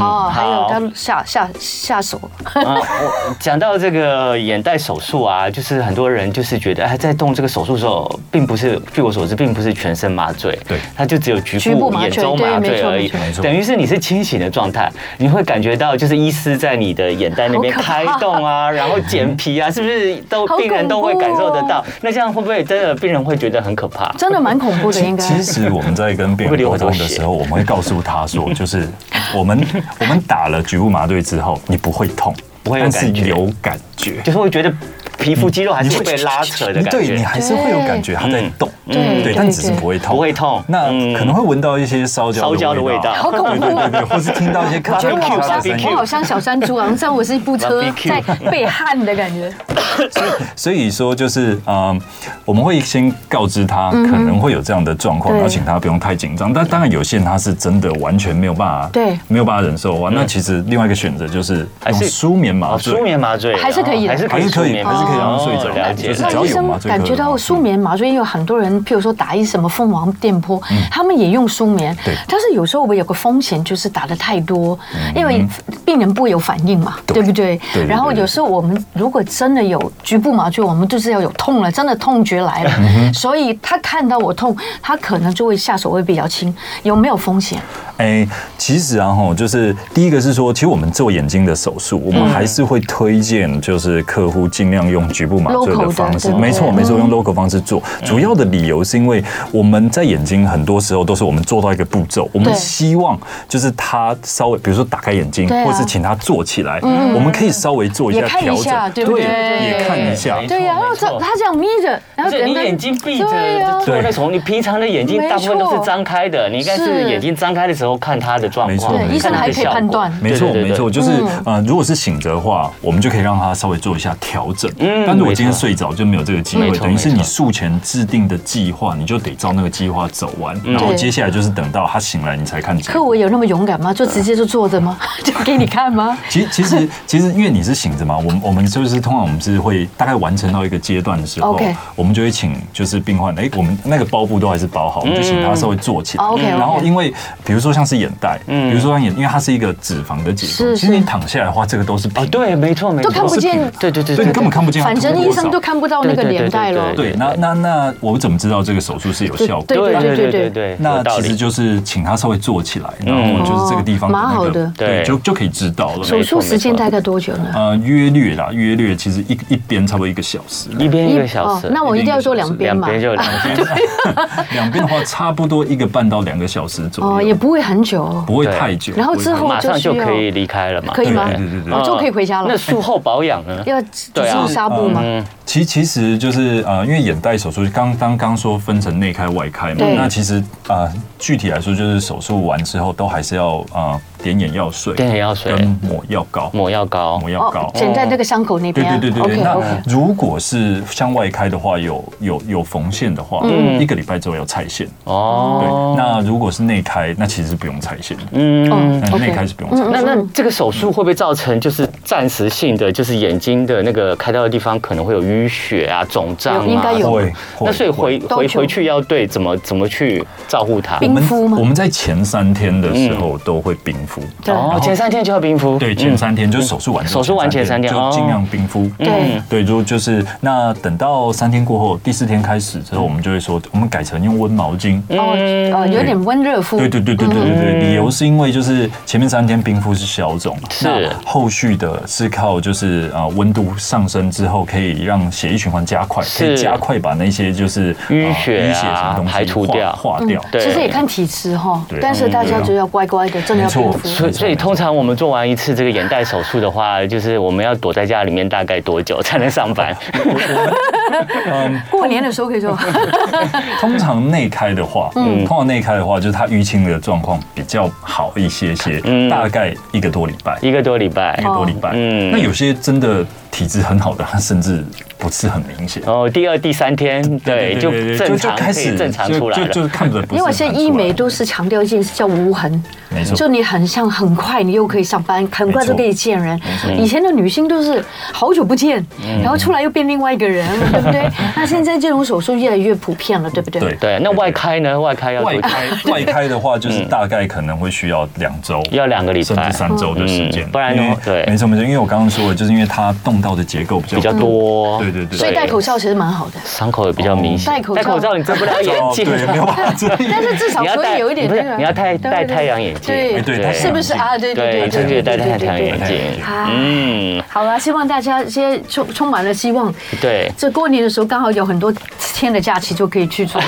哦，还有
好
他下下下手，
啊，我 讲到这个眼袋手术啊，就是很多人就是觉得，哎，在动这个手术的时候，并不是，据我所知，并不是全身麻醉，
对
它就只有局
局部
部
麻醉
眼周
对
麻
没
醉
错
而
没
已
错
没，错
等于是你是清醒的状态，你会感觉到就是医师在你的眼袋那边
好可怕
开动 啊，然后剪皮啊，是不是都
好
病人都会
恐怖哦
感受得到？那这样会不会真的病人会觉得很可怕？
真的蛮恐怖的，应该。
其实我们在跟病人沟通的时候，我们会告诉他说， 就是我们我们打了局部麻醉之后，你不会痛，
不会有
但是
感觉
有感觉，
就是会觉得皮肤肌肉还是
你
会
会
被拉扯的
你
感
对你
觉，啊嗯
还是会有感觉它在动，
对对
但只是
对
不会痛，
不会痛
那
嗯
可能会闻到一些烧焦
烧焦的味道
好恐怖
对对对，或是听到一些
我
咔
觉
嚓
得我好像
咔嚓的声音
我。好像小山猪，啊好像我是一部 车
Barbecue
在被焊的感觉。
所以说就是嗯，我们会先告知他可能会有这样的状
嗯
况，
对
然后请他不用太紧张。但当然有些人他是真的完全没有办法，
对
没有办法忍受的话，那其实另外一个选择就是
还
用
是
舒眠麻
哦，
醉。啊
舒眠麻醉
还是可以的
还是可以
还是可以
舒眠麻
还是可以让他睡
醉哦
着
了解
就。是
那
只要
医
有
生
麻醉科
感觉到舒眠麻醉，因为有很多人，譬如说打一什么蜂王电波，他们也用舒眠
对。
但是有时候我们有个风险就是打的太多，因为病人不会有反应嘛，嗯对不对
对对？
然后
对对
有时候我们如果真的有局部麻醉，我们就是要有痛了，真的痛觉来了，所以他看到我痛，他可能就会下手会比较轻，有没有风险？
哎，其实啊吼，就是第一个是说，其实我们做眼睛的手术，我们
嗯
还是会推荐，就是客户尽量用局部麻醉
Local 的
的方式
对。不对
没错，
嗯
没错，用 local 方式做。主要的理由是因为我们在眼睛很多时候都是我们做到一个步骤，我们
对
希望就是他稍微，比如说打开眼睛
对啊，嗯
或是请他坐起来，我们可以稍微做一
也
下
看一
调
下对
整，
不对
也看一下
没。错
对呀，然后
没错
这他这样眯着，然
而
后
且
人
你
的
眼睛闭着
对啊呀
做那种，你平常的眼睛大部分都是张开的，你应该
是
是眼睛张开的时候看它的状
没错
况，
对
看
医生
它的
还可以
效果
判断
没错，
对对对
没错，
对
就是
嗯
呃，如果是醒着的话，我们就可以让他稍微做一下调整。
嗯
但如果今天
没错
睡着就没有这个机
没
会，
错
等于是
没
你
错
术前制定的计划，你就得照那个计划走完，
嗯
然后
对
接下来就是等到他醒来你才看结
可
果。
我有那么勇敢吗？就直接就坐着吗？就给你看吗？
其实其实其实，因为你是醒着嘛，我们我们就是通常我们是会大概完成到一个阶段的时候
OK，
我们就会请就是病患，哎，我们那个包布都还是包好，我们就请他稍微坐起来
哦。，OK，OK
然后因为比如说像是眼袋，
嗯
比如说像眼，因为它是一个脂肪的结
是
构，其实
是
你躺下来的话，这个都是平
哦，
的
对，没错，没错，
都看不见
对对对
对，根本看不见它
反
涂
正
多
医生
少
都看不到那个年代了。
对，那那那我怎么知道这个手术是有效果？
对
对
对
对
对
对
对
对对，有
那
道
其实
理。
就是请他稍微坐起来，然后就是这个地方
哦蛮好
那
的
个
对
对，就就可以知道了。
手术时间
没错
大概多久呢？
呃，约略啦，约略其实一一边差不多一个小 时，
一边一个小时，
哦那我一定要做两边
两
嘛。哦
边就两边，
两边的话差不多一个半到两个小时左
哦，也
右，
不会很久。
不会太久。
然后之后
不会
我
马
就
上
需要
就可以离开了嘛，
可以吗
对对对对
哦就可以回家了
那术后保养呢？
要只
对啊
是纱布吗？
嗯，
其其实就是呃，因为眼袋手术刚刚刚说分成内开外开嘛
对，
那其实呃具体来说就是手术完之后都还是要呃点眼药水，
点眼药水
跟抹药膏，
抹药膏
嗯抹，药膏
哦，。剪在那个伤口那
对
边啊。
对对
哦
对对，
OK
那
OK。
如果是向外开的话，有有有缝线的话，一个礼拜之后要拆线。
嗯
对
哦，，
那如果是内开，那其实是不用拆线的，
嗯。
那
OK
内开是不用拆线的。
那那
嗯
这个手术会不会造成就是暂时性的，就是眼睛的那个开刀的地方可能会有淤血啊、肿胀啊？
有应该有
会
那所以回
都
回
有
回去要对怎么怎么去照顾它？
嗯冰敷吗
我们在前三天的时候都会冰敷。
对
然
哦
后，
前三天就要冰敷，
对，
嗯
前三天就是手术完之后，
手术完前三天哦嗯
就尽量冰敷。
对，
对，如果就是那等到三天过后，第四天开始之后，我们就会说，我们改成用温毛巾。
嗯
哦哦，有点温热敷，
对对对对对对对，理由是因为就是前面三天冰敷是消肿，
是
那后续的是靠就是呃温度上升之后，可以让血液循环加快，可以
是
加快把那些就是呃
淤血啊
淤血什么东西
排除
化
掉嗯
化掉。
对
其实也看体质哈
对，
但是大家就要乖乖的，真的要
没错
冰敷。
是
所以，所以通常我们做完一次这个眼袋手术的话，就是我们要躲在家里面大概多久才能上 班？
过年的时候可以做，
通常内开的话，嗯，通常内开的话，就是它淤青的状况比较好一些些，
嗯
大概一个多礼拜，
一个多礼拜
哦
一。个多礼拜。
嗯
那有些真的体质很好的，它甚至不是很明显。
然后第二、第三天，哦对，就正
就
常可
开
以
始
正常出来
就就
了。
就看着不是
因为啊现在医美都是强调一件事叫无痕，
没错
就你很像很快你又可以上班，很快
没错
就可以见人
错。
以前的女性都是好久不见，
嗯
然后出来又变另外一个 人，对不对？那现在这种手术越来越普遍了，对不对？
对
对，那外开呢？外开要多
外
久？
开外开的话，就是大概可能会需要两周，
要两个礼
甚
拜
至。三周的时间，
嗯不然的话
因为
对
没错没错，因为我刚刚说的，就是因为它动到的结构比较
比较多，
对对对
嗯所以戴口罩其实蛮好的，
伤口也比较明显。
戴口罩
戴口罩你遮不了眼
哦
睛，
对，没有办法遮掩，
但是至少
你要
可
戴
以有一点
不是
那个
你要戴
对
戴
对
太阳眼镜
对
对
对，
戴
是不是
太阳
啊？对
对，
对
就
对
是
对，
戴太阳眼
戴太
镜
阳眼。镜
啊
嗯，
好了，希望大家现在充充满了希望。
对。
这过年的时候刚好有很多天的假期就可以去做，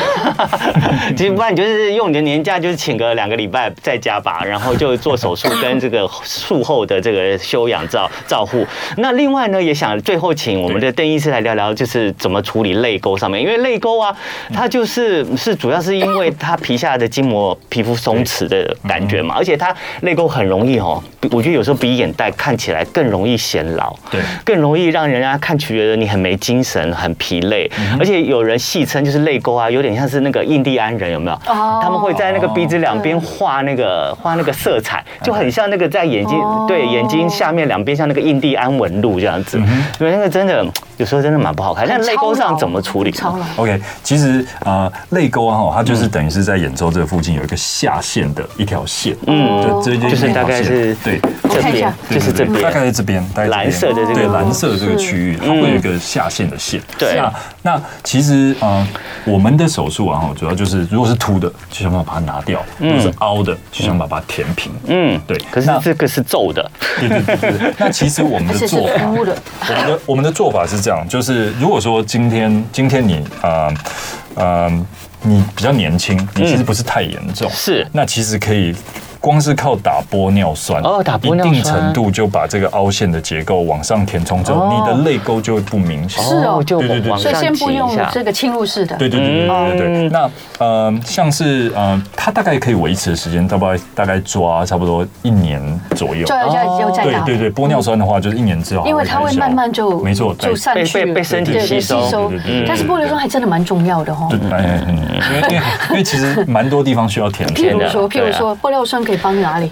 其实不然，你就是用你的年假，就是请个两个礼拜在家吧，然后就做手术跟这个术后的这个修养照照护。那另外呢，也想最后请我们的邓医师来聊聊，就是怎么处理泪沟上面，因为泪沟啊，它就是是主要是因为它皮下的筋膜皮肤松弛的感觉嘛，而且它泪沟很容易哦，比我觉得有时候比眼袋看起来更容易显老。
对
更容易让人家看起觉得你很没精神、很疲累，
嗯
而且有人戏称就是泪沟啊，有点像是那个印第安人有没有？
哦嗯
他们会在那个鼻子两边画那个画那个色彩，就很像那个在眼睛
哦
对眼睛下面两边像那个印第安纹路这样子，
嗯
所以那个真的有时候真的蛮不好看。那泪沟上怎么处理呢？
超了，
OK，其实呃，泪沟啊，哈它
嗯
就是等于是在眼周这附近有一个下线的一条线，
嗯
就这这
就是
一
大
条
概是
线，对。
这
看一
边
下
就是这
对对对
边
大，概在这边，大概在
蓝色的这个嗯
对蓝色的这个区域，它会有一个下线的线。
对
那那其实呃，我们的手术啊，哈，主要就是如果是凸的，就想办法把它拿掉；如果是凹的，就想把它填平。
嗯，
对
可是
那
这个是皱的，
对对 对对对。那其实我们
而
的
且是
做法，
服务的，
我们的我们的做法是这样，就是如果说今天今天你啊呃你比较年轻，你
嗯
其实不是太严重，
是
那其实可以。光是靠打玻尿酸
哦打玻尿酸
一定程度就把这个凹陷的结构往上填充之后，
哦
你的泪沟就会不明显。
是哦
就
对对对
往
所
上
以先
挤
不
一
用
下。
这个侵入式的，
对对对对对对对。那呃，像是呃，它大概可以维持的时间，大概大概抓差不多一年左右
就。要
哦
要要再
对
打，
对对，玻尿酸的话就是一年之后开始消，
因为它会慢慢就
没错
就
对
散去
被被被身体
对对
吸收嗯
对对对对对
但是玻尿酸还真的蛮重要的哦
对。，哎，嗯因为因为因为其实蛮多地方需要填充
譬
的
如说，譬
对啊
如说，玻尿酸可以帮哪里？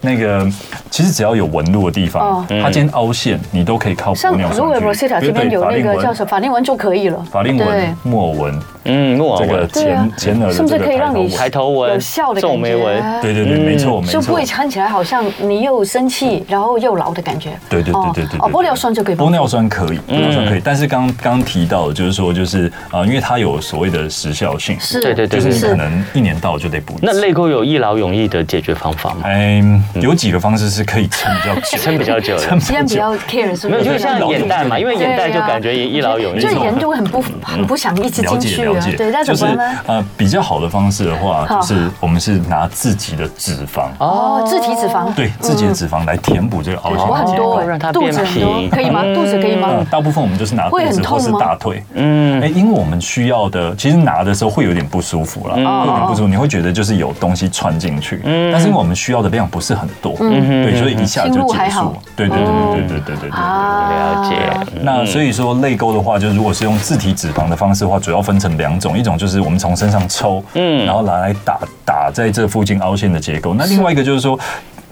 那个其实只要有纹路的地方
哦，
它今天凹陷，你都可以靠
像
玻尿
如果
酸去
Rosita 这边有那个叫什么法令纹就可以了。
法令
对
纹、木偶纹，
嗯，我
这个
对啊
前前额的
是不是
这个
可以让你啊嗯
抬
抬头
头纹
有笑的
皱
感
眉纹
觉，
纹，对对对，没错没
就不
错
会。看起来好像你又生气，然后又老的感觉。
对对对对对对
哦，哦玻尿酸就可以帮
玻
助。
尿酸可以，
嗯
玻尿酸可以，但是刚刚提到的就是说，就是啊，呃因为它有所谓的时效性，
是，
对对对
就是你
是
可能一年到就得补一次。
那泪沟有一劳永逸的解决方法吗？
哎，有几个方式是可以撑比较 久，
撑比较久的
撑比
今天
较
比
久。
较 care 是不
没
是？
有，就像
老
眼袋嘛，因为眼袋就感觉一嗯劳永逸。
就人就会很不很不想一直
了
进
解
去
了
啊
解，。
对，那
就
怎
是
么呢？
呃，比较好的方式的话，
好
就是我们是拿自己的脂肪，
哦，自体脂肪。
对自己的脂肪来填补这个凹陷
我
的
很
结
多
构。
哦让它
哎，肚子很
变
多
平，
可以吗？肚子可以
嗯
吗？
大部分我们就是拿肚
会很
子或
痛
是
吗
大腿，嗯，哎，因为我们需要的，其实拿的时候会有点不舒服啦，会有点不舒服，你会觉得就是有东西穿进去，但是因为我们需要的量不是很多，对，所以一下就
进嗯入
结
还
束
好，
对对对对对对对对对对。
啊
嗯了解。
那所以说泪沟的话，就是如果是用自体脂肪的方式的话，主要分成两种，一种就是我们从身上抽，嗯，然后拿来打打在这附近凹陷的结构。那另外一个就是说，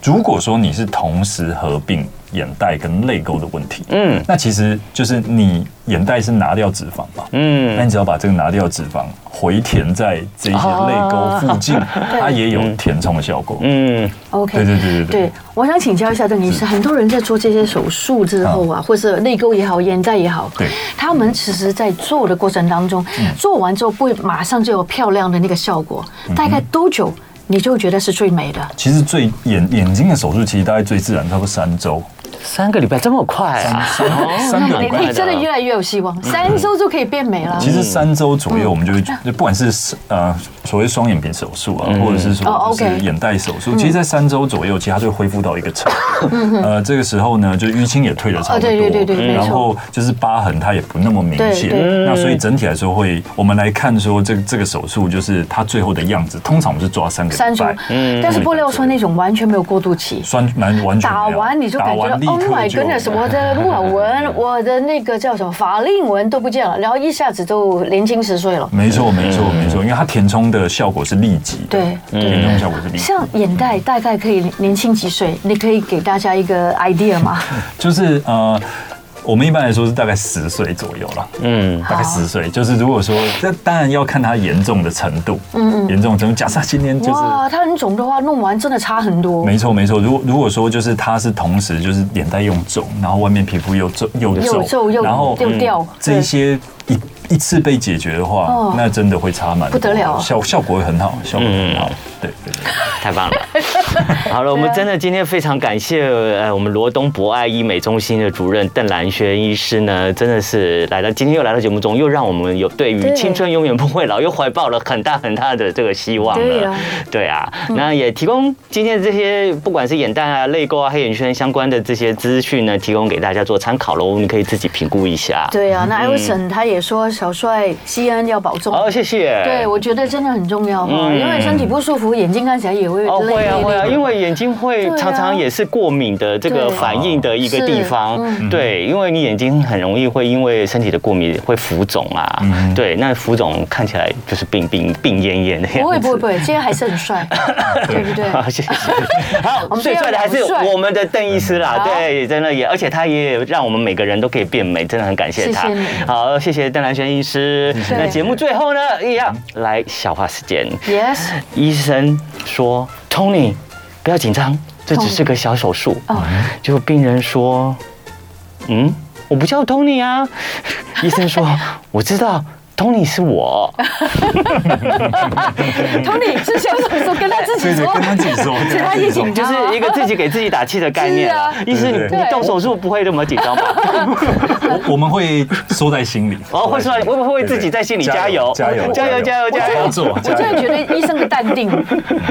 如果说你是同时合并眼袋跟泪沟的问题。嗯，那其实就是你眼袋是拿掉脂肪嘛，嗯，那你只要把这个拿掉脂肪，回填在这些泪沟附近， 它也有填充的效果。
嗯，
OK，
对对对对对
我想请教一下邓医师，很多人在做这些手术之后啊，或是泪沟也好，眼袋也好，
嗯对嗯
他们其实在做的过程当中，做完之后不会马上就有漂亮的那个效果，大概多久你就觉得是最美的？
其实最眼眼睛的手术，其实大概最自然差不多三周，
三个礼拜这么快啊？
三个
你
礼拜。
哎你真的越来越有希
嗯
望，三周就可以变美了。
其实三周左
嗯
右，我们就会就不管是呃所谓双眼皮手术啊，或者是
哦
说就
，OK 嗯
是眼袋手术，其实，在三周左右，其实它就恢复到一个程度。呃，这个时候呢，就淤青也退了差不多，
哦对对对对没错
然后就是疤痕它也不那么明显
对。
那所以整体来说会，我们来看说这这个手术就是它最后的样子，通常我们是抓三个
三
礼
周
拜。，
但是玻尿酸那种完全没有过渡期。
酸完完全没有
打完你就感觉
打
到
完立
o h
刻
my
就
goodness，我 的鹿耳纹，我的那个叫什么法令纹都不见了，然后一下子就年轻十岁了。
没错，没错，没错，因为它填充的效果是立即的，
对
填充效果是立即的。
像眼袋大概可以年轻几岁？你可以给大家一个 idea 吗？
就是呃，我们一般来说是大概十岁左右啦，
嗯，
大概十岁。就是如果说，这当然要看它严重的程度，嗯嗯，严重的程度。假设它今天就是。
哇，它很肿的话，弄完真的差很多。
没错没错，如果如果说就是它是同时就是眼袋又肿，然后外面皮肤又皱又皱，
又皱又
然后嗯
又掉
这
对
些一一次被解决的话，
哦
那真的会差蛮多
不得了
效效果会很好，效果会很好，对对对。
太 棒了。好了，我们真的今天非常感谢呃我们罗东博爱医美中心的主任邓兰轩医师呢，真的是来到今天又来到节目中，又让我们有对于
对
青春永远不会老又怀抱了很大很大的这个希望了。
对啊
对啊，那也提供今天这些不管是眼袋啊、泪沟啊、黑眼圈相关的这些资讯呢，提供给大家做参考喽，我们可以自己评估一下。
对啊，
嗯
那艾文森他也说，小帅西安要保重。
好，谢谢。
对，我觉得真的很重要哈，
哎嗯
因为身体不舒服，眼睛看起来也会
哦，
累
会啊
累
会啊，
累的
因为眼睛会
对啊
常常也是过敏的这个
对啊
反应的一个
是
地方，对，因为你眼睛很容易会因为身体的过敏会浮肿啊，对，那浮肿看起来就是病病病恹恹的样子。
不会 不会不会，今天还是很帅，对不对？
好，谢谢。好
我，们
最
不要
帅的还是
两帅
我们的邓医师啦，
好
对，真的也，而且他也让我们每个人都可以变美，真的很感谢他
谢谢你。
好，谢谢邓兰轩医师。
谢
那节目最后呢，一样来小话时间。
Yes，
医生说：“Tony，不要紧张，这只是个小手术。”
哦
结果病人说：“嗯，我不叫 Tony 啊。” 医 生说：“我知道，Tony 是我。
，Tony 是小手术，跟他自己
对对，
说
跟，他自己说，
其他也紧”
就
张
是
啊，
一个自己给自己打气的概念啊
是啊。
医生，
对对
你
对
你动手术不会那么紧张吧？
我我们会收在心里，
哦，会说会不会自己在心里加油？
加油，
加油，加油，加油！
做，
我
加
真
油
的觉得医生的淡定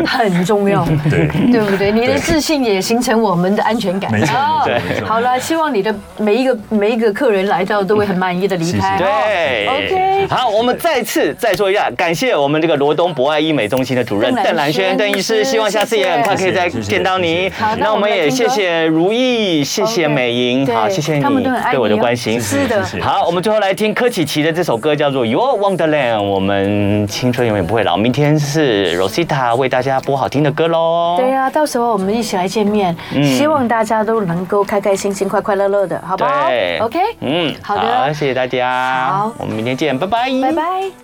很重要，
对，
对不对？你的
对
自信也形成我们的安全感。
没错
哦
没错没错
好了，希望你的每一个每一个客人来到都会很满意的离开。
谢
对
哦 OK
好，我们再次再说一下，感谢我们这个罗东博爱医美中心的主任
邓兰
邓兰
轩
轩邓医
医师
师，希望下次也很快可以再
谢谢谢谢
见到你
谢谢
好。那
那
我
我
们
们
来
也
听
谢
歌
谢如意，谢谢
OK，
美莹，
对
好，谢谢你
他们都很爱
对我的
你哦
关心。
是的，
谢谢
好，我们最后来听柯启奇的这首歌，叫做《Your Wonderland》，我们青春永远不会老。明天是 Rosita 为大家播好听的歌喽。
对呀、到时候我们一起来见面，希望大家都能够开开心心、快快乐乐的，好不好
对
？OK，
嗯，
好
好，
的，
谢谢大家。
好
我们明天见，拜拜，
拜拜。